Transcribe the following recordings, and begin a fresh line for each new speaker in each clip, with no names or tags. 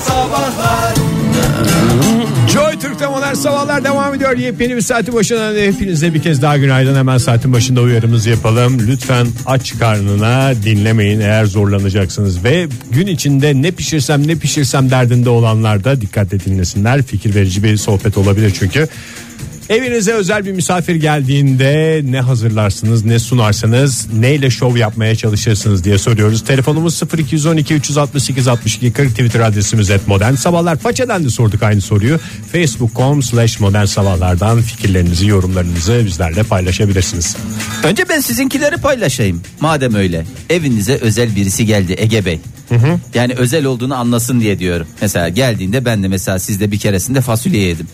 sabahlar. Joy Türk'te modern sabahlar devam ediyor. Yepyeni bir saati başına hepinize bir kez daha günaydın. Hemen saatin başında uyarımızı yapalım. Lütfen aç karnına dinlemeyin eğer zorlanacaksınız. Ve gün içinde ne pişirsem ne pişirsem derdinde olanlar da dikkatle dinlesinler. Fikir verici bir sohbet olabilir çünkü. Evinize özel bir misafir geldiğinde ne hazırlarsınız, ne sunarsanız, neyle şov yapmaya çalışırsınız diye soruyoruz. Telefonumuz 0212 368 62 40 Twitter adresimiz et modern sabahlar. Façeden de sorduk aynı soruyu. Facebook.com slash modern sabahlardan fikirlerinizi, yorumlarınızı bizlerle paylaşabilirsiniz.
Önce ben sizinkileri paylaşayım. Madem öyle. Evinize özel birisi geldi Ege Bey. Yani özel olduğunu anlasın diye diyorum. Mesela geldiğinde ben de mesela sizde bir keresinde fasulye yedim.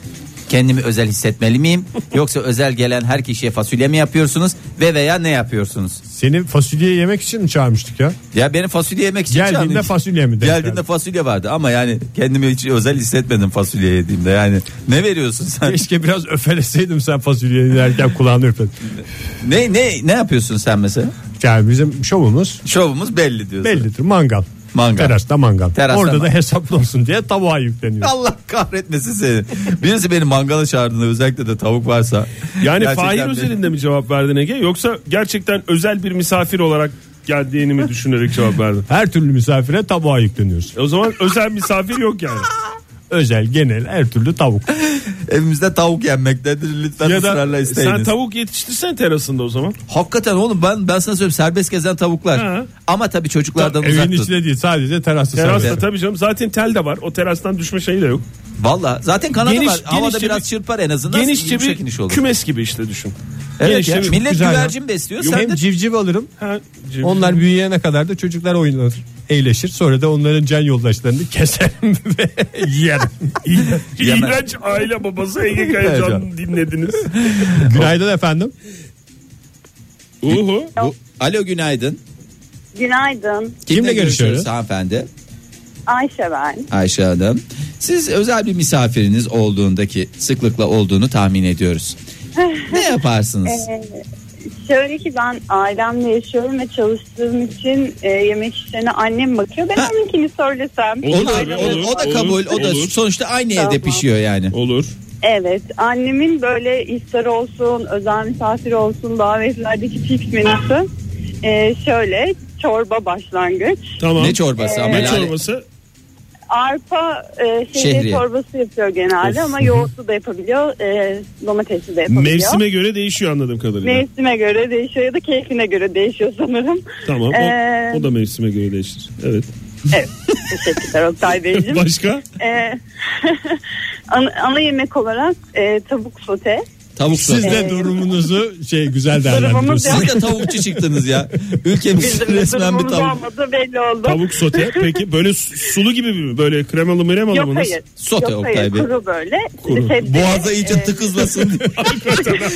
Kendimi özel hissetmeli miyim? Yoksa özel gelen her kişiye fasulye mi yapıyorsunuz? Ve veya ne yapıyorsunuz?
Seni fasulye yemek için mi çağırmıştık ya?
Ya benim fasulye yemek için
Geldiğinde
çağırmış.
fasulye mi denk
Geldiğinde
geldi?
fasulye vardı ama yani kendimi hiç özel hissetmedim fasulye yediğimde. Yani ne veriyorsun sen?
Keşke biraz öfeleseydim sen fasulyeyi yerken kulağını öpet.
ne ne ne yapıyorsun sen mesela?
Yani bizim şovumuz
Şovumuz belli diyorsun.
bellidir mangal.
Mangal.
Terasta mangal.
Terasta
Orada da
mangal.
hesaplı olsun diye tabağa yükleniyor.
Allah kahretmesin seni. Birisi beni mangala çağırdığında özellikle de tavuk varsa.
Yani
Gerçekten
Fahir
beni-
özelinde mi cevap verdin Ege yoksa gerçekten özel bir misafir olarak geldiğini mi düşünerek cevap verdin?
Her türlü misafire tabağa yükleniyoruz.
E O zaman özel misafir yok yani.
Özel, genel, her türlü tavuk.
Evimizde tavuk yenmektedir lütfen
Ya
ısrarla
da sen
isteyiniz.
tavuk yetiştirsen terasında o zaman.
Hakikaten oğlum ben ben sana söyleyeyim serbest gezen tavuklar.
Ha.
Ama tabii çocuklardan uzak
Evin
tut.
içinde değil sadece terasta.
Terasta
servis.
tabii canım zaten tel de var. O terastan düşme şeyi de yok.
Valla zaten kanadı
Geniş-
var. Havada
genişçe
biraz
bir-
çırpar en azından.
Genişçe
Yumuşak iniş
bir
olur.
kümes gibi işte düşün.
Evet
genişçe
ya,
bir-
millet
güzel ya.
güvercin besliyor. Sen
Hem
de
civciv alırım.
Ha, cevizli.
Onlar büyüyene kadar da çocuklar oynar, eğleşir. Sonra da onların can yoldaşlarını keserim ve yerim.
Yemez.
İğrenç aile babası Ege Kayacan dinlediniz.
Günaydın efendim.
Uhu.
Bu- Alo günaydın.
Günaydın.
Kimle görüşüyoruz?
hanımefendi?
Ayşe ben.
Ayşe Hanım. Siz özel bir misafiriniz olduğundaki sıklıkla olduğunu tahmin ediyoruz. Ne yaparsınız?
Ee, şöyle ki ben ailemle yaşıyorum ve çalıştığım için e, yemek işlerine annem bakıyor. Ben
Ha.
onunkini söylesem.
Olur,
Olur,
Ailemle-
olur,
o da kabul. o da
olur.
sonuçta aynı evde
Tamam.
pişiyor yani.
Olur.
Evet. Annemin böyle iftar olsun, özel misafir olsun, davetlerdeki fix menüsü. Ee, şöyle çorba başlangıç.
Tamam.
Ne çorbası ama
Ne
yani.
çorbası?
Arpa e, şehriye,
Şehriye.
çorbası yapıyor genelde
Of.
ama yoğurtlu da yapabiliyor, e, domatesli de yapabiliyor.
Mevsime göre değişiyor anladığım kadarıyla.
Mevsime göre değişiyor ya da keyfine göre değişiyor sanırım.
Tamam.
Ee,
O, o da mevsime göre değişir. Evet.
Evet. Teşekkürler Oktay Beyciğim.
Başka?
Ee, ana, ana yemek olarak e, tavuk sote.
Tavuk
Siz
sote.
de durumunuzu şey güzel
Durumumuz
değerlendiriyorsunuz.
Ee, yok.
Siz de tavukçu çıktınız ya. Ülkemiz
Bizim de
resmen bir
durumumuz
tavuk.
olmadı belli oldu.
Tavuk sote. Peki böyle su- sulu gibi mi? Böyle kremalı mremalı
Yok
mı? Nasıl?
hayır.
Sote
Yok,
Oktay
hayır.
Bey.
Kuru böyle.
Kuru.
Sebzeli,
Boğaza
e,
iyice tıkızlasın.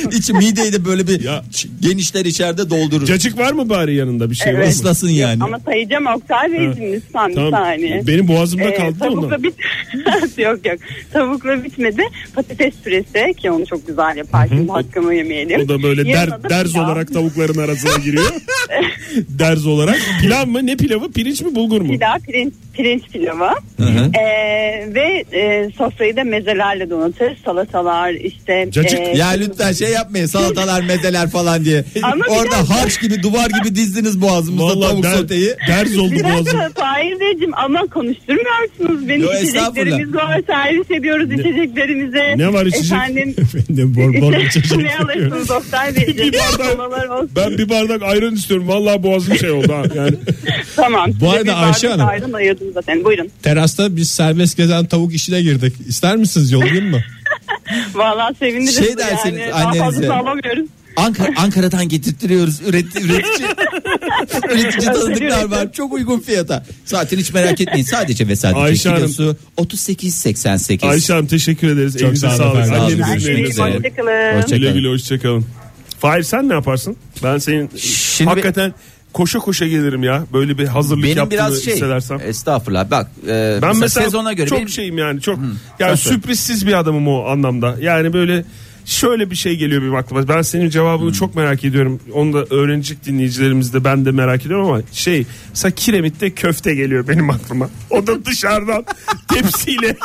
İç mideyi de böyle bir
Ya.
ç- genişler içeride doldurur.
Cacık var mı bari yanında bir şey
Evet.
var mı?
Islasın yani.
Ama sayacağım Oktay Beyciğim lütfen bir saniye.
Benim boğazımda
Ee,
kaldı da ondan.
tavukla bit yok yok. Tavukla bitmedi. Patates püresi ki onu çok güzel yapar. Şimdi hakkımı yemeyelim.
O da böyle
Yanına
der, derz
pilav.
olarak tavukların arasına giriyor. derz olarak. Pilav mı? Ne pilavı? Pirinç mi? Bulgur mu?
Pilav pirinç, pirinç pilavı.
Hı hı.
Ee, ve e, sofrayı da mezelerle donatır. Salatalar işte.
Cacık.
e,
Ya lütfen şey yapmayın salatalar mezeler falan diye.
Ama bir
Orada
dakika.
harç gibi duvar gibi dizdiniz boğazımızda
Vallahi
tavuk
der,
soteyi.
derz oldu
Bir
boğazım.
dakika Fahir Beyciğim ama konuşturmuyorsunuz beni.
Yo,
içeceklerimiz
estağfurullah.
var servis ediyoruz içeceklerimize.
ne var içecek?
Efendim
Efendim bor bor içecek.
ne alırsınız Oktay Beyciğim?
Bir bardak-
Komalar olsun.
Ben bir bardak ayran istiyorum. Vallahi boğazım şey oldu ha. Yani
Tamam. size
arada
bir
Ayşe
bardak
Hanım-
ayran ayırdım zaten. Buyurun.
Terasta biz serbest gezen tavuk işine girdik. İster misiniz yollayayım mı?
Vallahi seviniriz.
Şey dersiniz
yani. Daha
annenize.
fazla alamıyoruz.
Ankara, Ankara'dan getirttiriyoruz üreti, üretici. üretici tanıdıklar var. Çok uygun fiyata. Zaten hiç merak etmeyin. Sadece ve sadece
Ayşe Hanım.
kilosu 38.88.
Ayşe Hanım teşekkür ederiz.
Çok
Elinize
sağ olun
sağlık.
efendim.
Annenizin
Sağ olun.
eline
Görüşmek üzere.
sağlık.
Hoşçakalın.
Hoşça
Güle
kalın.
güle hoşçakalın. Fahir sen ne yaparsın? Ben senin
Şimdi-
hakikaten koşa koşa gelirim ya. Böyle bir hazırlık
Benim
yaptığını
biraz şey.
hissedersem.
Estağfurullah. Bak e,
Ben
mesela
mesela
sezona göre
çok şey-
benim-
şeyim yani çok yani
Nasıl?
sürprizsiz bir adamım o anlamda. Yani böyle şöyle bir şey geliyor benim aklıma. Ben senin cevabını çok merak ediyorum. Onu da öğrenecek dinleyicilerimiz de ben de merak ediyorum ama şey mesela kiremitte köfte geliyor benim aklıma. O da dışarıdan tepsiyle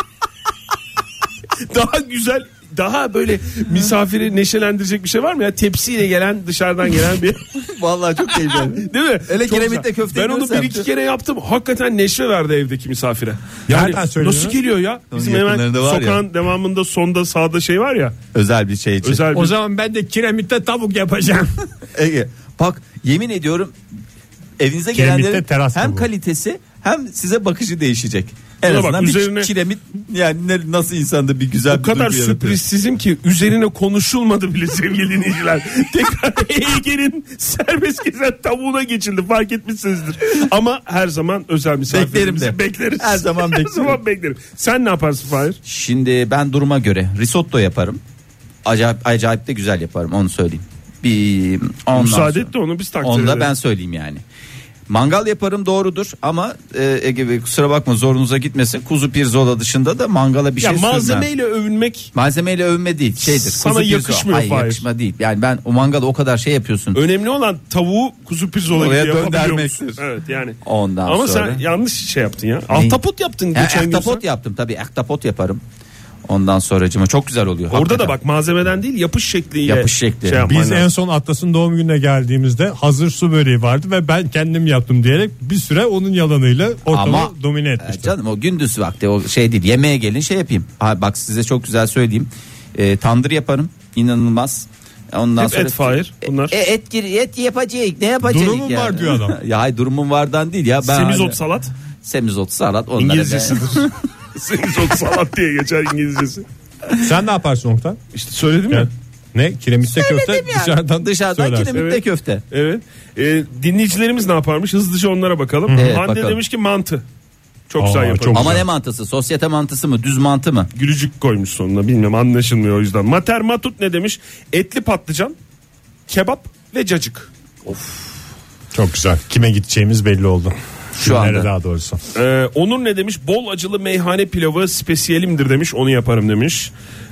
daha güzel daha böyle misafiri neşelendirecek bir şey var mı ya tepsiyle gelen dışarıdan gelen bir
Vallahi çok keyifli.
değil mi?
Hele
Çok
kiremitle
güzel.
köfteyi
Ben onu
nasıl
bir iki
yaptı?
kere yaptım. Hakikaten neşe verdi evdeki misafire.
Nereden söylüyor?
nasıl geliyor ya? Bizim hemen
yakınlarında var ya.
sokağın devamında sonda sağda şey var ya.
Özel bir şey için.
Özel bir
O zaman ben de kiremitte tavuk yapacağım.
Ege bak yemin ediyorum evinize
Kiremitte
gelenlerin
teras
hem
bu.
kalitesi hem size bakışı değişecek. En
Buna bak,
azından bir
üzerine-
kiremit yani ne- nasıl insanda bir güzel
o
bir
kadar
duygu yaratıyor.
sürprizsizim ki üzerine konuşulmadı bile sevgili dinleyiciler. Tekrar Ege'nin serbest gezen tavuğuna geçildi fark etmişsinizdir. Ama her zaman özel misafirimizi
de.
bekleriz.
Her zaman
Her
beklerim.
zaman beklerim. Sen ne yaparsın Fahir?
Şimdi ben duruma göre risotto yaparım. Acayip, acayip de güzel yaparım onu söyleyeyim. Bir ondan
Müsaade
sonra-
et de onu biz takdir
Onu da
edelim.
ben söyleyeyim yani. Mangal yaparım doğrudur ama e, Ege Bey kusura bakma zorunuza gitmesin. Kuzu pirzola dışında da mangala bir
ya
şey sürmem.
malzemeyle övünmek
Malzemeyle övme değil şeydir.
Sana
Kuzu pirzola.
yakışmıyor
Hayır,
Fahir.
yakışma değil. Yani ben o mangala o kadar şey yapıyorsun.
önemli olan tavuğu kuzu pirzola
Oraya
gibi yapabiliyor musun?
döndermektir.
Evet yani.
Ondan
Ama
sonra-
sen yanlış şey yaptın ya. Ahtapot yaptın
Ha,
geçen gün.
ahtapot
sen.
yaptım tabii ahtapot yaparım. Ondan sonracıma çok güzel oluyor.
Orada da
hakikaten.
bak malzemeden değil yapış şekliyle.
Yapış şekli.
Şey yapman
Biz en
lazım.
son Atlas'ın doğum gününe geldiğimizde hazır su böreği vardı ve ben kendim yaptım diyerek bir süre onun yalanıyla ortamı
Ama-
domine
E,
etmiştim.
canım o gündüz vakti o şey değil yemeğe gelin şey yapayım. Ha, bak size çok güzel söyleyeyim. E, tandır yaparım inanılmaz. Ondan
Hep
sonra
et, Fahir, bunlar.
E, et gir et yapacak ne yapacak
Durumum
yani?
var diyor adam.
ya hayır durumum vardan değil ya ben
Semizot salat.
Semizot salat onlara
İngilizcesidir. Semizot salat diye geçer İngilizcesi.
Sen ne yaparsın Oktay?
İşte söyledim
Ya,
ya.
Ne kiremitte köfte dışarıdan
dışarıdan dışarıdan
söylersin.
kiremitte
Evet.
köfte.
Evet. Ee, dinleyicilerimiz ne yaparmış? Hızlıca onlara bakalım.
Evet,
Hande
bakalım.
demiş ki mantı. Çok
Aa,
güzel
çok-
yaparım.
Ama
Güzel.
ne mantısı? Sosyete mantısı mı? Düz mantı mı?
Gülücük koymuş sonuna. Bilmiyorum anlaşılmıyor o yüzden. Mater matut ne demiş? Etli patlıcan, kebap ve cacık.
Çok güzel. Kime gideceğimiz belli oldu.
Şu
Kimlere
anda.
daha doğrusu.
Ee, Onur ne demiş? Bol acılı meyhane pilavı spesiyelimdir demiş. Onu yaparım demiş.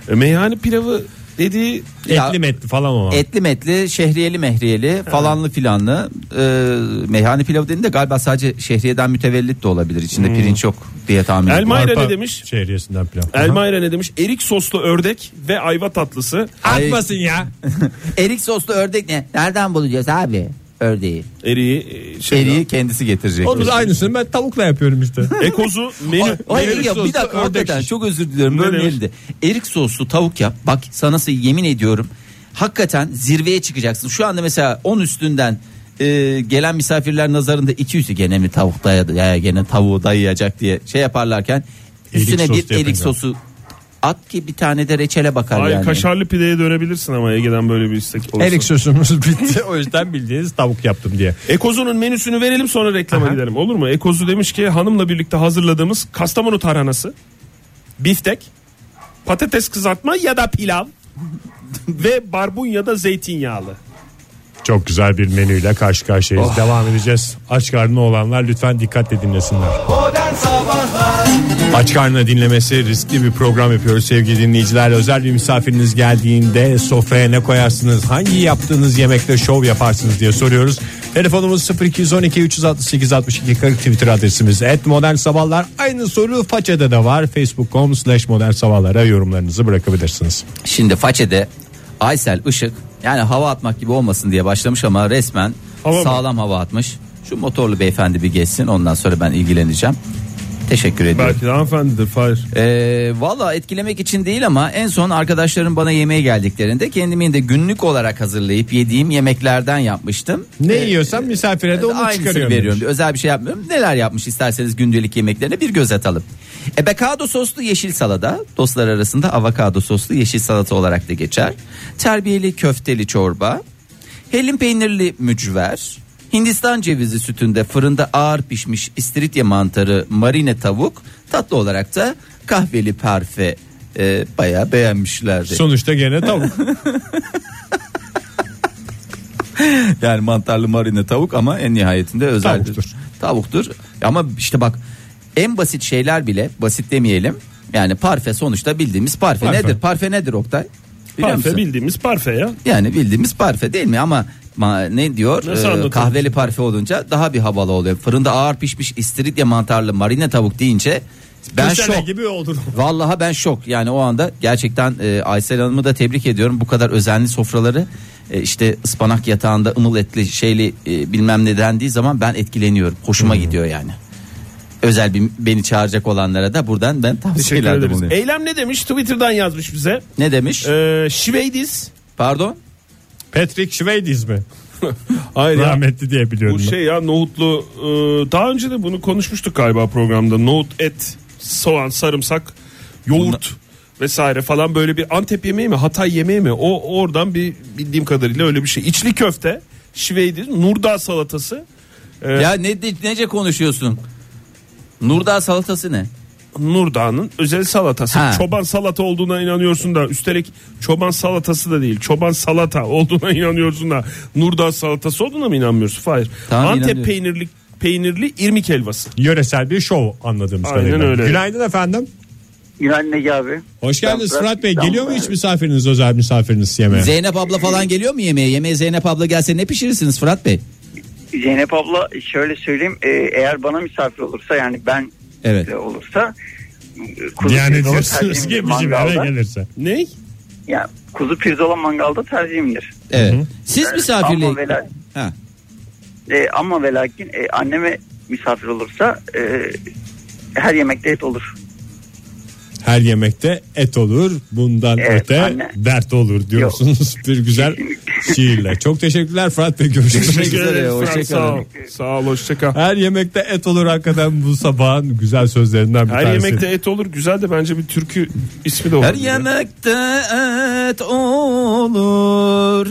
Ee, meyhane pilavı dediği
Ya-
Etli metli falan ama.
Etli metli, şehriyeli mehriyeli, falanlı filanlı. Ee, meyhane pilavı dediğinde galiba sadece şehriyeden mütevellit de olabilir. İçinde
Hmm.
pirinç yok diye tahmin ediyorum.
Elma- Mayra
Arpa
ne demiş?
Şehriyesinden pilav.
Elmayra ne demiş? Erik soslu ördek ve ayva tatlısı.
Atmasın ya.
Erik soslu ördek ne? Nereden bulacağız abi ördeği?
Eriği e, şey
Eriği kendisi getirecek.
Onun aynısını ben tavukla yapıyorum işte.
Ekozu menü.
O- o
Erik
erik ya,
soslu
bir dakika
ördek
hakikaten
şiş.
çok özür diliyorum
Ne
bölmeyelim de. Erik soslu tavuk yap. Bak sana size yemin ediyorum. Hakikaten zirveye çıkacaksın. Şu anda mesela 10 üstünden e, gelen misafirler nazarında 200'ü gene mi tavuk dayadı ya gene tavuğu dayayacak diye şey yaparlarken
Erik
üstüne
soslu
bir
yapın
erik
ya.
sosu at ki bir tane de reçele bakar
Ay
yani.
kaşarlı pideye dönebilirsin ama Ege'den böyle bir istek olursa.
Erik sosumuz bitti. O yüzden bildiğiniz tavuk yaptım diye.
Ekozu'nun menüsünü verelim sonra reklama gidelim olur mu? Ekozu demiş ki hanımla birlikte hazırladığımız kastamonu tarhanası, biftek, patates kızartma ya da pilav ve barbunya'da zeytinyağlı.
Çok güzel bir menüyle karşı karşıyayız. Devam edeceğiz. Aç karnına olanlar lütfen dikkatle dinlesinler. Aç karnına dinlemesi riskli bir program yapıyoruz sevgili dinleyiciler. Özel bir misafiriniz geldiğinde sofraya ne koyarsınız? Hangi yaptığınız yemekte şov yaparsınız diye soruyoruz. Telefonumuz 0212 368 62 40 Twitter adresimiz et modern sabahlar. Aynı soru façede de var. Facebook.com slash modern sabahlara yorumlarınızı bırakabilirsiniz.
Şimdi façede Aysel Işık yani hava atmak gibi olmasın diye başlamış ama resmen
Hava mı?
sağlam hava atmış. Şu motorlu beyefendi bir geçsin ondan sonra ben ilgileneceğim. Teşekkür ediyorum.
de hanımefendidir Fahir.
Ee, Valla etkilemek için değil ama en son arkadaşlarım bana yemeğe geldiklerinde kendimin de günlük olarak hazırlayıp yediğim yemeklerden yapmıştım.
Ne
Ee,
yiyorsan misafire de onu
Aynısını
çıkarıyorum.
veriyorum. Özel bir şey yapmıyorum. Neler yapmış isterseniz gündelik yemeklerine bir göz atalım. Ebekado soslu yeşil salata dostlar arasında avokado soslu yeşil salata olarak da geçer. Terbiyeli köfteli çorba. Hellim peynirli mücver. Hindistan cevizi sütünde fırında ağır pişmiş istiridye mantarı marine tavuk. Tatlı olarak da kahveli parfe e, bayağı beğenmişlerdi.
Sonuçta gene tavuk.
Yani mantarlı marine tavuk ama en nihayetinde özeldir.
Tavuktur.
Tavuktur. Ama işte bak en basit şeyler bile basit demeyelim. Yani parfe sonuçta bildiğimiz parfe,
Parfe.
nedir? Parfe nedir Oktay? biliyor
parfe
musun?
bildiğimiz parfe ya.
Yani bildiğimiz parfe değil mi ama ma- ne diyor
Nasıl
Ee,
anlatıyorsun?
kahveli parfe olunca daha bir havalı oluyor. Fırında ağır pişmiş istiridye mantarlı marine tavuk deyince ben
Köşene
şok.
gibi oldum.
Vallahi ben şok. Yani o anda gerçekten e, Aysel Hanım'ı da tebrik ediyorum. Bu kadar özenli sofraları e, işte ıspanak yatağında ımıl etli şeyli e, bilmem ne dendiği zaman ben etkileniyorum. Hoşuma
Hmm.
gidiyor yani. Özel bir beni çağıracak olanlara da buradan ben
Teşekkür
tavsiyelerde
ederiz.
bulunuyorum.
Eylem ne demiş? Twitter'dan yazmış bize.
Ne demiş?
Ee, Şiveydiz.
Pardon.
Patrick Schwediz mi?
Hayır ya.
Rahmetli diye biliyorum.
Bu şey ya nohutlu e, daha önce de bunu konuşmuştuk galiba programda. Nohut, et, soğan, sarımsak, yoğurt vesaire falan böyle bir Antep yemeği mi, Hatay yemeği mi? O oradan bir bildiğim kadarıyla öyle bir şey. İçli köfte, şiveydir, nurdağ salatası.
Ya ne nece konuşuyorsun? Nurdağ salatası ne?
Nurdağ'ın özel salatası.
Ha.
Çoban salata olduğuna inanıyorsun da üstelik çoban salatası da değil. Çoban salata olduğuna inanıyorsun da Nurdağ salatası olduğuna mı inanmıyorsun? Hayır.
Tamam,
Antep
inanıyorum.
peynirli peynirli irmik helvası.
Yöresel bir şov anladığımız
Aynen
kadarıyla.
öyle.
Günaydın efendim.
Günaydın Ege abi.
Hoş geldiniz
Ben Fırat,
Fırat Bey.
ben
Geliyor mu
Fırat.
hiç misafiriniz özel misafiriniz yemeğe?
Zeynep abla falan geliyor mu yemeğe? Yemeğe Zeynep abla gelse ne pişirirsiniz Fırat Bey?
Zeynep abla şöyle söyleyeyim e, eğer bana misafir olursa yani ben
Evet.
de olursa e, kuzu
yani
pirzola
diyorsunuz
tercihimdir
ki bizim eve
mangalda.
gelirse.
Ney?
Yani kuzu pirzola mangalda tercihimdir.
Evet. Siz misafirliği...
Ama ve, la-
Ha.
e, ama ve lakin e, anneme misafir olursa e, her yemekte et olur.
Her yemekte et olur. Bundan
Evet,
öte
anne.
dert olur diyorsunuz. bir güzel şiirle. Çok teşekkürler Fırat Bey. Görüşmek
Teşekkür
üzere.
ederim.
Fırat,
Hoşça
Sağ ol.
kalın.
Sağ ol hoşça kal.
Her yemekte et olur hakikaten bu sabahın güzel sözlerinden bir
Her
tanesi.
yemekte et olur. Güzel de bence bir türkü ismi de olur.
Her yemekte et olur.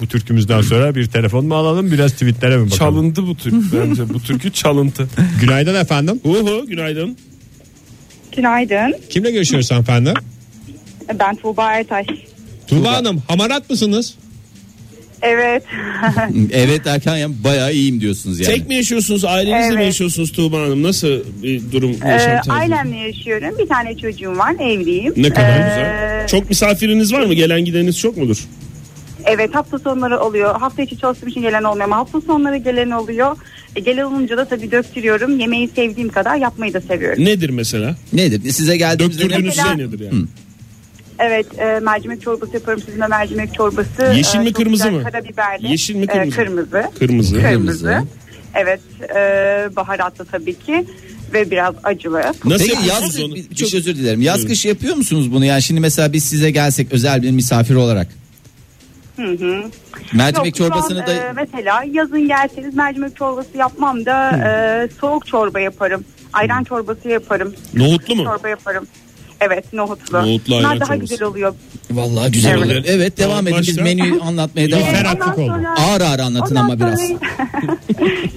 Bu türkümüzden sonra bir telefon mu alalım biraz tweetlere mi bakalım?
Çalındı bu türkü bence. Bu türkü çalıntı.
Günaydın efendim.
Uhu günaydın.
Günaydın.
Kimle görüşüyoruz hanımefendi?
Ben Tuğba Ertaş.
Tuğba Hanım hamarat mısınız?
Evet.
Evet Erkan ya bayağı iyiyim diyorsunuz yani.
Tek mi yaşıyorsunuz? Ailenizle mi
Evet.
yaşıyorsunuz Tuğba Hanım? Nasıl bir durum?
ee,
yaşam tarzı?
ailemle yaşıyorum. Bir tane çocuğum var. Evliyim.
Ne kadar
Ee,
güzel. Çok misafiriniz var mı? Gelen gideniniz çok mudur?
Evet hafta sonları oluyor. Hafta içi çalıştığım için gelen olmuyor ama hafta sonları gelen oluyor. E, gelen olunca da tabii döktürüyorum. Yemeği sevdiğim kadar yapmayı da seviyorum.
Nedir mesela?
Nedir? Size geldiğimizde ne?
Döktürdüğünüz şey
Mesela-
nedir yani?
Evet e, mercimek çorbası yaparım. Sizin de mercimek çorbası.
Yeşil
e,
mi,
çok
kırmızı
güzel
mı?
Karabiberli.
Yeşil mi,
E,
kırmızı mı?
kırmızı.
Kırmızı.
Kırmızı. Evet e, baharatlı tabii ki ve biraz acılı.
Nasıl
Peki
yapıyorsunuz
yaz
onu? Bir
çok
şey-
özür dilerim. Yaz
Buyurun.
kış yapıyor musunuz bunu? Yani şimdi mesela biz size gelsek özel bir misafir olarak.
Hı hı.
Mercimek
Yok, şu an,
çorbasını da
e, mesela yazın gelseniz mercimek çorbası yapmam da e, soğuk çorba yaparım. Ayran çorbası yaparım.
Nohutlu mu?
Çorba yaparım. Evet nohutlu.
Nohutlu ayran
Bunlar daha
çorbası.
güzel oluyor.
vallahi güzel
Evet.
oluyor. Evet devam
Tamam,
edin biz
başla.
menüyü anlatmaya devam
Lütfen.
edelim.
Ferhatlık
Ondan
oldu.
sonra-
Ağır ağır anlatın
Ondan
ama biraz.
sonra-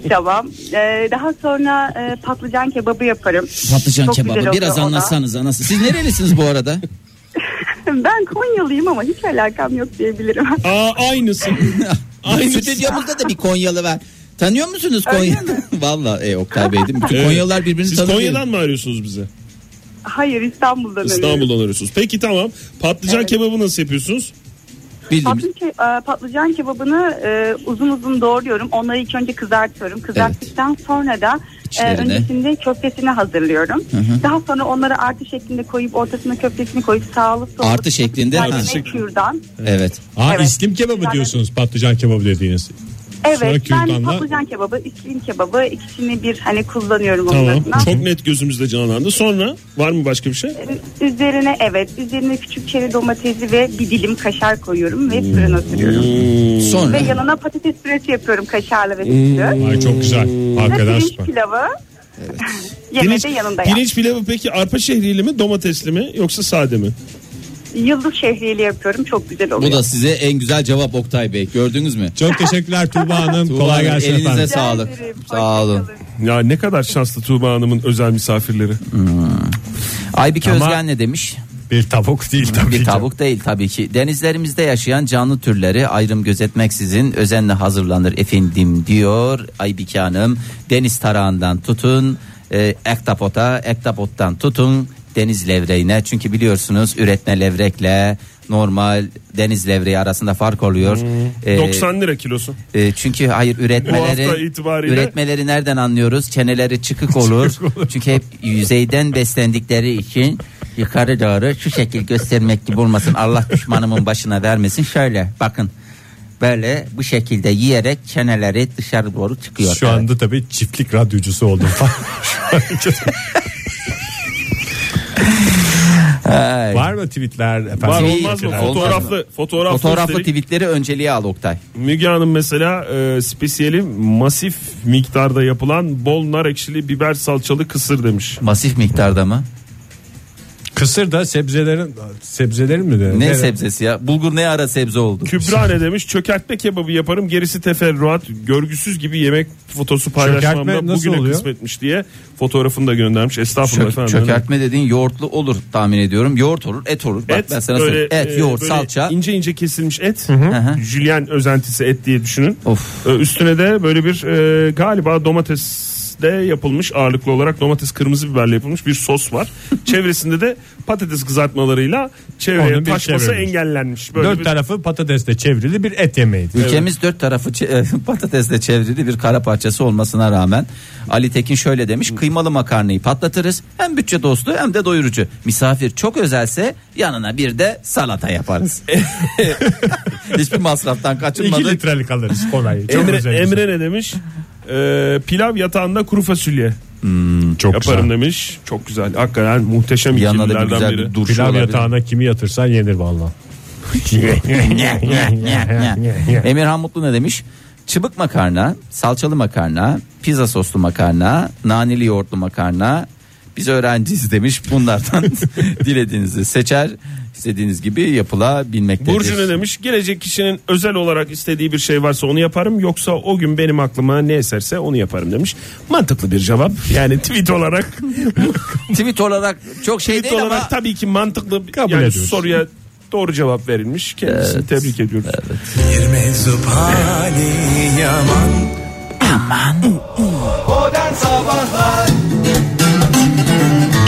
tamam. E, daha sonra e, patlıcan kebabı yaparım.
Patlıcan
Çok güzel
kebabı
oluyor
biraz
o da.
anlatsanız anası. Siz nerelisiniz bu arada?
Ben Konyalıyım ama hiç alakam yok diyebilirim.
Aa aynısı. Aynısı.
Stüdyomuzda da bir Konyalı var. Tanıyor musunuz
Öyle
Konya'yı? Valla e, Oktay Bey değil mi? Bütün
Evet.
Konyalılar birbirini
Siz
tanıyor.
Konya'dan mı arıyorsunuz bize?
Hayır İstanbul'dan arıyorum.
İstanbul'dan arıyorsunuz. Peki tamam. Patlıcan
Evet.
kebabı nasıl yapıyorsunuz?
Bildiğimiz.
Patlıcan, ke- e, patlıcan kebabını e, uzun uzun doğruyorum. Onları ilk önce kızartıyorum. Kızarttıktan sonra da e,
İçlerine.
öncesinde köftesini hazırlıyorum. Daha sonra onları artı şeklinde koyup ortasına köftesini koyup sağlı sollu
Artı şeklinde,
patlıcan
ha.
ve kürdan.
Evet.
Aa,
Evet.
İslim kebabı
Yani-
diyorsunuz patlıcan kebabı dediğiniz. Sonra
Evet ben
kürdanla-
patlıcan kebabı, iklim kebabı ikisini bir hani kullanıyorum onun
Tamam.
adına.
Çok net gözümüzde canlandı. Sonra var mı başka bir şey?
Ee, Üzerine evet üzerine küçük çeri domatesi ve bir dilim kaşar koyuyorum ve fırına
Hmm.
sürüyorum. Ve
Sonra
yanına patates püresi yapıyorum kaşarlı ve sütlü.
Hmm.
Ay çok güzel. Hakikaten
pirinç
süper.
pilavı.
Pirinç,
Yemeğe de yanında yap.
Hmm. pirinç pilavı peki arpa şehriyeli mi, domatesli mi yoksa sade mi?
Yıldız şehriyeli yapıyorum. Çok güzel oluyor.
bu da size en güzel cevap Oktay Bey. Gördünüz mü?
Çok teşekkürler Tuğba Hanım.
Tuğba
Kolay
Hanım,
gelsin
elinize
efendim.
sağlık. sağlık. Sağ olun.
Ya ne kadar şanslı Tuğba Hanım'ın özel misafirleri.
Aybike
Ama-
Özgen ne demiş?
Bir tavuk değil tabii
Bir
ki.
tavuk değil tabii ki. Denizlerimizde yaşayan canlı türleri ayrım gözetmeksizin özenle hazırlanır efendim diyor Aybike Hanım. Deniz tarağından tutun, e, ektapota, ektapottan tutun, deniz levreğine. Çünkü biliyorsunuz üretme levrekle normal deniz levreği arasında fark oluyor. Ee,
90 lira kilosu.
e, çünkü hayır
Bu hafta
üretmeleri
itibariyle-
üretmeleri nereden anlıyoruz? Çeneleri çıkık olur. çünkü hep yüzeyden beslendikleri için yukarı doğru şu şekil göstermek gibi olmasın. Allah düşmanımın başına vermesin. Şöyle bakın. Böyle bu şekilde yiyerek çeneleri dışarı doğru çıkıyor.
Şu
Evet.
anda tabii çiftlik radyocusu oldum falan. Şu an-
Ay.
Var mı tweetler efendim?
Var
Tweet-
olmaz mı?
Olmaz
Fotoğraflı, fotoğraflı,
Fotoğraflı
üstelik.
tweetleri önceliğe al Oktay.
Müge Hanım mesela e, spesiyeli masif miktarda yapılan bol nar ekşili biber salçalı kısır demiş.
Masif miktarda mı?
Kısır da sebzelerin sebzelerin mi? de?
Ne
Evet.
sebzesi ya? Bulgur ne ara sebze oldu?
Kübra ne demiş? Çökertme kebabı yaparım gerisi teferruat. Görgüsüz gibi yemek fotosu paylaşmamda
Çökertme nasıl
bugüne
oluyor?
kısmetmiş diye fotoğrafını da göndermiş. Estağfurullah
Çök-
efendim.
çökertme dediğin yoğurtlu olur tahmin ediyorum. Yoğurt olur, et olur. Bak
Et,
ben sana
böyle,
söyleyeyim. Et,
e,
yoğurt,
böyle
salça.
ince ince kesilmiş et.
hı.
Jülyen özentisi et diye düşünün.
Of.
Ee, Üstüne de böyle bir e, galiba domates de yapılmış ağırlıklı olarak domates kırmızı biberle yapılmış bir sos var. Çevresinde de patates kızartmalarıyla çevreye
Onun bir
taşması
çevrilmiş.
engellenmiş. Böyle
Dört
bir-
tarafı patatesle çevrili bir et yemeğiydi.
Ülkemiz dört tarafı çe- e, patatesle çevrili bir kara parçası olmasına rağmen Ali Tekin şöyle demiş. Kıymalı makarnayı patlatırız. Hem bütçe dostu hem de doyurucu. Misafir çok özelse yanına bir de salata yaparız. Hiçbir masraftan
İki
kaçınmadık.
litrelik alırız kolay. Çok
Emre,
güzel.
Emre ne demiş? Ee, pilav yatağında kuru fasulye
Çok
yaparım
güzel.
demiş. Çok güzel. Hakikaten muhteşem
Yanına da bir
ikililerden
güzel
biri.
bir durşu
Pilav
olabilir.
yatağına kimi yatırsan yenir valla.
Emirhan Mutlu ne demiş? Çıbık makarna, salçalı makarna, pizza soslu makarna, naneli yoğurtlu makarna. Biz öğrenciyiz demiş. Bunlardan dilediğinizi seçer, istediğiniz gibi yapılabilmektedir.
Burcu ne demiş? Gelecek kişinin özel olarak istediği bir şey varsa onu yaparım yoksa o gün benim aklıma ne eserse onu yaparım demiş. Mantıklı bir cevap. Yani tweet olarak
Tweet olarak çok şey
tweet
değil
olarak
ama
tabii ki mantıklı bir
Kabul
yani
ediyoruz.
soruya doğru cevap verilmiş. Kendisini tebrik ediyoruz.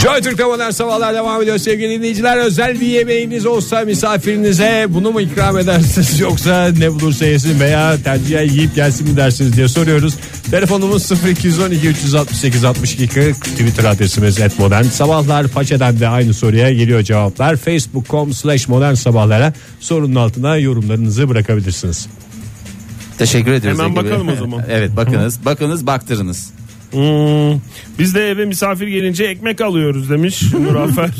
Joy Türk'te modern sabahlar devam ediyor sevgili dinleyiciler. Özel bir yemeğiniz olsa misafirinize bunu mu ikram edersiniz yoksa ne bulursa yesin veya tercihe yiyip gelsin mi dersiniz diye soruyoruz. Telefonumuz 0212 368 62 40 Twitter adresimiz et modern sabahlar. Façeden de aynı soruya geliyor cevaplar. Facebook.com slash modern sabahlara sorunun altına yorumlarınızı bırakabilirsiniz.
teşekkür ediyoruz.
Hemen
Ege Bey.
bakalım o zaman.
evet bakınız, bakınız baktırınız.
Hmm, biz de eve misafir gelince ekmek alıyoruz demiş Nur Afer.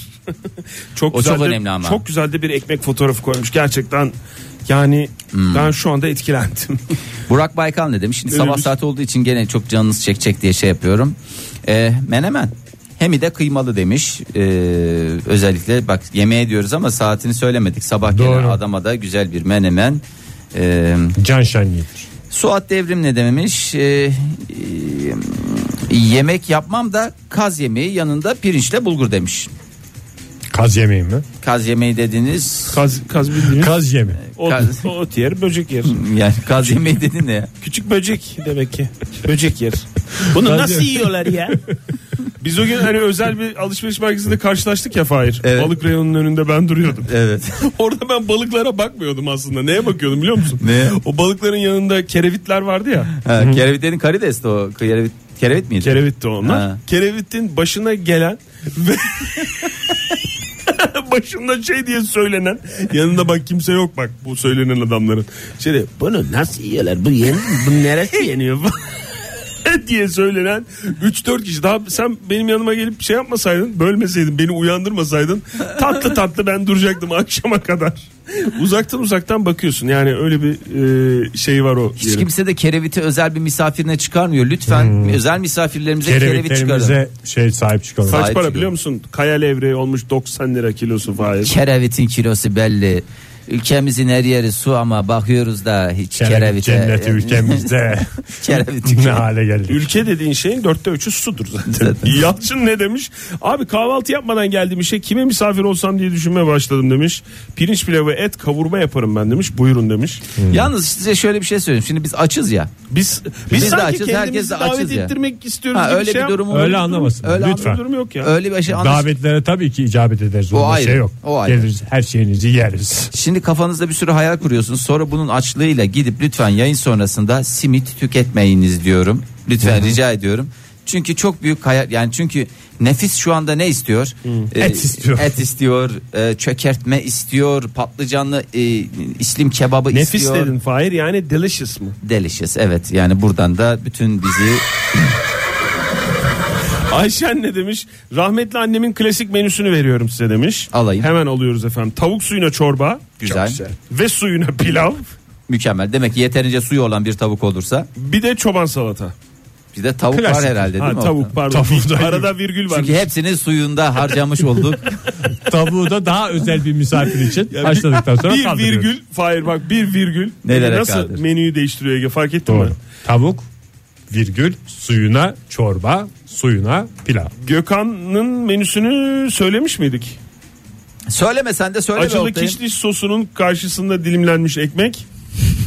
çok
O
güzel
çok
de-
önemli ama.
Çok güzel de bir ekmek fotoğrafı koymuş. Gerçekten yani
Hmm.
ben şu anda etkilendim.
Burak Baykal ne demiş? Şimdi
Ne
sabah
demiş?
saat olduğu için gene çok canınız çekecek diye şey yapıyorum. Ee, menemen. Hemi de kıymalı demiş. Ee, özellikle bak yemeğe diyoruz ama saatini söylemedik. Sabah gelen
Doğru.
adama da güzel bir menemen. Ee,
Can Şenli'dir.
Suat Devrim ne demiş? Ee, e, yemek yapmam da kaz yemeği yanında pirinçle bulgur demiş.
Kaz yemeği mi?
Kaz yemeği dediniz.
Kaz, kaz bildiğiniz
Kaz yemeği.
ot,
Kaz-
ot yer böcek yer.
Yani kaz yemeği dedin ne ya?
Küçük böcek demek ki. Böcek yer. Bunu nasıl yiyorlar ya? Biz o gün hani özel bir alışveriş merkezinde karşılaştık ya Fahir.
Evet.
Balık reyonunun önünde ben duruyordum.
Evet.
Orada ben balıklara bakmıyordum aslında. Neye bakıyordum biliyor musun?
Neye?
O balıkların yanında kerevitler vardı ya.
Ha, kerevitlerin karides de o. Kerevit, kerevit miydi?
Kerevitti onlar.
Ha.
Kerevitin başına gelen ve başında şey diye söylenen yanında bak kimse yok bak bu söylenen adamların. Şöyle bunu nasıl yiyorlar bu yeni bu neresi yeniyor diye söylenen 3-4 kişi daha sen benim yanıma gelip şey yapmasaydın bölmeseydin beni uyandırmasaydın tatlı tatlı ben duracaktım akşama kadar. Uzaktan uzaktan bakıyorsun yani öyle bir e, şey var o.
Hiç
yerin.
kimse de kereviti özel bir misafirine çıkarmıyor. Lütfen
Hmm.
özel misafirlerimize kerevit çıkarın.
Kerevitlerimize şey sahip çıkalım.
Kaç
Sahip
para
çıkıyor.
biliyor musun? Kaya levreği olmuş 90 lira kilosu faiz.
Kerevitin kilosu belli. Ülkemizin her yeri su ama bakıyoruz da hiç
Kerevit
kerevite.
cenneti ülkemizde.
Kerevit
ne
ülke-
hale geldi.
Ülke dediğin şeyin dörtte üçü sudur zaten.
Zaten.
Yalçın ne demiş? Abi kahvaltı yapmadan geldim işe kime misafir olsam diye düşünmeye başladım demiş. Pirinç pilavı et kavurma yaparım ben demiş. Buyurun demiş.
Yalnız size şöyle bir şey söyleyeyim. Şimdi biz açız ya.
Biz biz,
de
sanki
açız, herkes
kendimizi
de
davet
açız ya.
ettirmek istiyoruz.
Ha,
gibi
öyle
şey
bir
yap-
durumu
Öyle
öyle,
anlamasın.
Öyle
Lütfen.
bir durum yok ya.
öyle bir şey anlaş-
Davetlere tabii ki icabet ederiz.
O
Onda
ayrı,
şey yok.
o ayrı.
Geliriz her şeyinizi yeriz.
Şimdi kafanızda bir sürü hayal kuruyorsunuz. Sonra bunun açlığıyla gidip lütfen yayın sonrasında simit tüketmeyiniz diyorum. Lütfen rica ediyorum. Çünkü çok büyük hayal yani çünkü nefis şu anda ne istiyor? Ee,
Et istiyor.
Et istiyor, e, çökertme istiyor, patlıcanlı e, islim kebabı
Nefis
istiyor.
dedin Fahir yani delicious mı?
Delicious evet yani buradan da bütün bizi
Ayşen ne demiş? Rahmetli annemin klasik menüsünü veriyorum size demiş.
Alayım.
Hemen alıyoruz efendim. Tavuk suyuna çorba
güzel,
ve suyuna pilav.
mükemmel. Demek ki yeterince suyu olan bir tavuk olursa
Bir de çoban salata.
bir de tavuk var
Klasik.
herhalde değil
Ha,
mi?
tavuk
orada?
pardon.
Tavuğu da-
Arada virgül var.
Çünkü hepsini suyunda harcamış olduk.
Tavuğu da daha özel bir misafir için
Yani bir-
haşladıktan sonra
bir
kaldırıyoruz.
virgül Fahir bak bir virgül
Nelere
nasıl
kaldır?
menüyü değiştiriyor Ege fark ettin mi?
Doğru. Tavuk virgül suyuna çorba suyuna pilav.
Gökhan'ın menüsünü söylemiş miydik?
Söyleme sen de söyle be
Acılı
Oktay'ım.
kişniş sosunun karşısında dilimlenmiş ekmek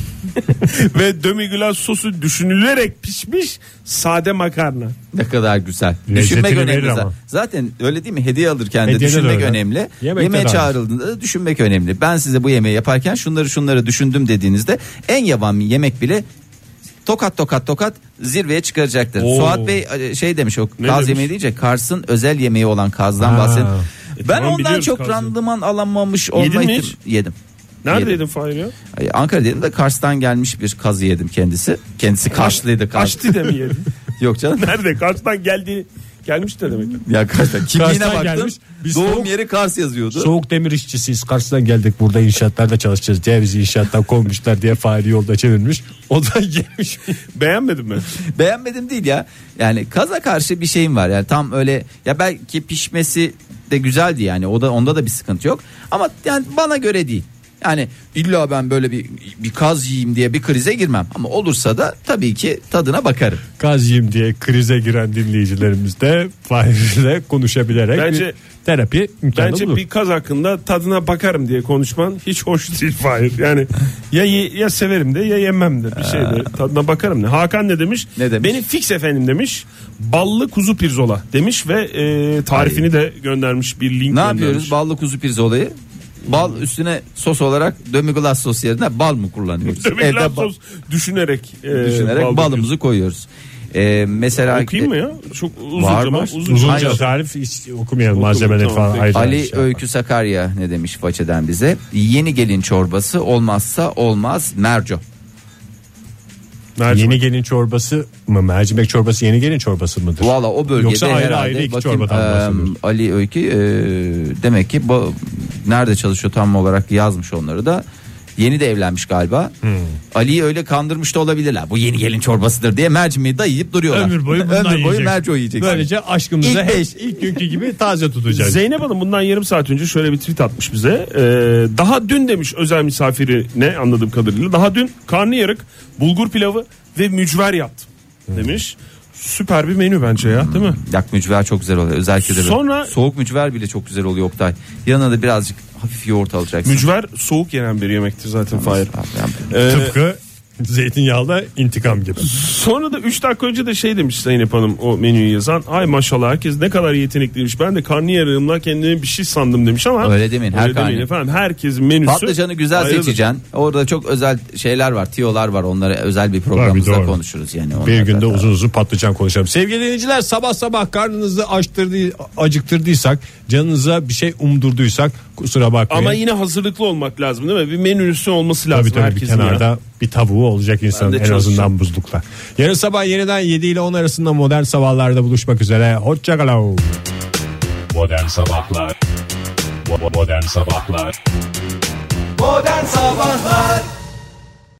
ve dömigülas sosu düşünülerek pişmiş sade makarna.
Ne kadar güzel.
Lezzetini
düşünmek
verir
önemli.
ama.
Zaten öyle değil mi? Hediye alırken de
Hediye de
düşünmek
öyle.
önemli.
Yemekte
Yemeğe
de öyle.
çağrıldığında da düşünmek önemli. Ben size bu yemeği yaparken şunları şunları düşündüm dediğinizde en yavan yemek bile tokat tokat tokat zirveye çıkaracaktır.
Oo.
Suat Bey e, şey demiş o
Ne
kaz
demiş?
yemeği deyince Kars'ın özel yemeği olan kazdan
Ha.
bahsediyor.
E,
ben
tamam,
ondan
biliyoruz
çok
Kaz'ı.
randıman alamamış
Yedin
olma
mi
ihtim-
hiç?
yedim. Yedim.
Neredeydin Fahir ya?
Ay, Ankara'daydım da Kars'tan gelmiş bir kazı yedim kendisi. Kendisi Karşlıydı. Kars.
Kaçtı de mi yedin?
Yok canım.
Nerede? Kaçtan geldi? Gelmiş de demek.
Ya Kars'tan. Kimliğine
Kars'tan
baktım.
gelmiş. Biz
doğum
soğuk-
yeri Kars yazıyordu.
Soğuk demir işçisiyiz. Kars'tan geldik burada inşaatlarda çalışacağız. diye bizi inşaattan kovmuşlar diye fare yolda çevirmiş. O da gelmiş.
Beğenmedin mi?
Beğenmedim değil ya. Yani kaza karşı bir şeyim var. Yani tam öyle ya belki pişmesi de güzeldi yani. O da onda da bir sıkıntı yok. Ama yani bana göre değil. Yani illa ben böyle bir bir kaz yiyeyim diye bir krize girmem. Ama olursa da tabii ki tadına bakarım.
Gaziyim diye krize giren dinleyicilerimiz de Fahir'le konuşabilerek
Bence-
bir terapi imkanı
Bence
bulur.
bir kaz hakkında tadına bakarım diye konuşman hiç hoş değil Fahir. Yani ya ye- ya severim de ya yemem de bir şey de tadına bakarım de. Hakan ne demiş?
Ne demiş?
Beni fix efendim demiş. Ballı kuzu pirzola demiş ve e, tarifini de göndermiş bir link
Ne
göndermiş.
yapıyoruz? Ballı kuzu pirzolayı. Bal üstüne sos olarak dömiglas sos yerine bal mı kullanıyoruz?
Tabii
Evde
laf
bal-
sos düşünerek e,
düşünerek
bal
balımızı koyuyoruz. Ee, mesela
yapıyoruz. okuyayım mı ya? Çok uzunca
Var,
mı?
var.
Uzunca.
Uzunca
Hayır.
tarif hiç okumayalım malzemeleri
tamam,
falan.
peki.
ayrı
Ali
şey yapalım.
Öykü Sakarya ne demiş façeden bize? Yeni gelin çorbası olmazsa olmaz merco.
Yeni
Mercimek.
gelin çorbası mı? Mercimek çorbası yeni gelin çorbası mıdır?
Valla o bölgede
Yoksa ayrı
herhalde
ayrı iki
bakayım,
çorbadan
eee,
bahsediyoruz.
Ali Öykü eee, demek ki bu, nerede çalışıyor tam olarak yazmış onları da. Yeni de evlenmiş galiba.
Hmm.
Ali'yi öyle kandırmış da olabilirler. Bu yeni gelin çorbasıdır diye mercimeği dayayıp duruyorlar.
Ömür boyu bundan
Ömür boyu
yiyeceksin.
merco yiyeceksin.
Böylece aşkımızı
İlk
hep
beş.
ilk günkü gibi taze tutacağız.
Zeynep Hanım bundan yarım saat önce şöyle bir tweet atmış bize. Ee, daha dün demiş özel misafiri ne anladığım kadarıyla. Daha dün karnıyarık, bulgur pilavı ve mücver yaptım
Hmm.
demiş. Süper bir menü bence ya değil mi?
Yak mücver çok güzel oluyor özellikle de.
Sonra-
Soğuk mücver bile çok güzel oluyor Oktay. Yanına da birazcık hafif yoğurt alacaksın.
Mücver soğuk yenen bir yemektir zaten Fahir.
Yani
Ee,
Tıpkı zeytinyağlı intikam gibi.
sonra da 3 dakika önce de şey demiş Zeynep Hanım o menüyü yazan. Ay maşallah herkes ne kadar yetenekliymiş. Ben de karnıyarığımla kendimi bir şey sandım demiş ama.
Öyle demeyin, her
öyle demeyin
karnı-
efendim. Herkesin menüsü.
Patlıcanı güzel
ayrıdır.
seçeceksin. Orada çok özel şeyler var, tiyolar var. Onları özel bir programımızda
Tabii, doğru.
konuşuruz yani.
Bir
onlardan
günde
da.
uzun uzun patlıcan konuşalım. Sevgili dinleyiciler sabah sabah karnınızı açtırdı, acıktırdıysak, canınıza bir şey umdurduysak kusura bakmayın.
Ama yine hazırlıklı olmak lazım değil mi? Bir menüsü olması lazım
Tabii tabii bir
herkesin ya.
kenarda bir tavuğu olacak insanın
de
en
çalışacağım.
azından buzlukla. Yarın sabah yeniden 7 ile 10 arasında modern sabahlarda buluşmak üzere. Hoşçakalın.
Modern Sabahlar Bo- Modern Sabahlar
Modern Sabahlar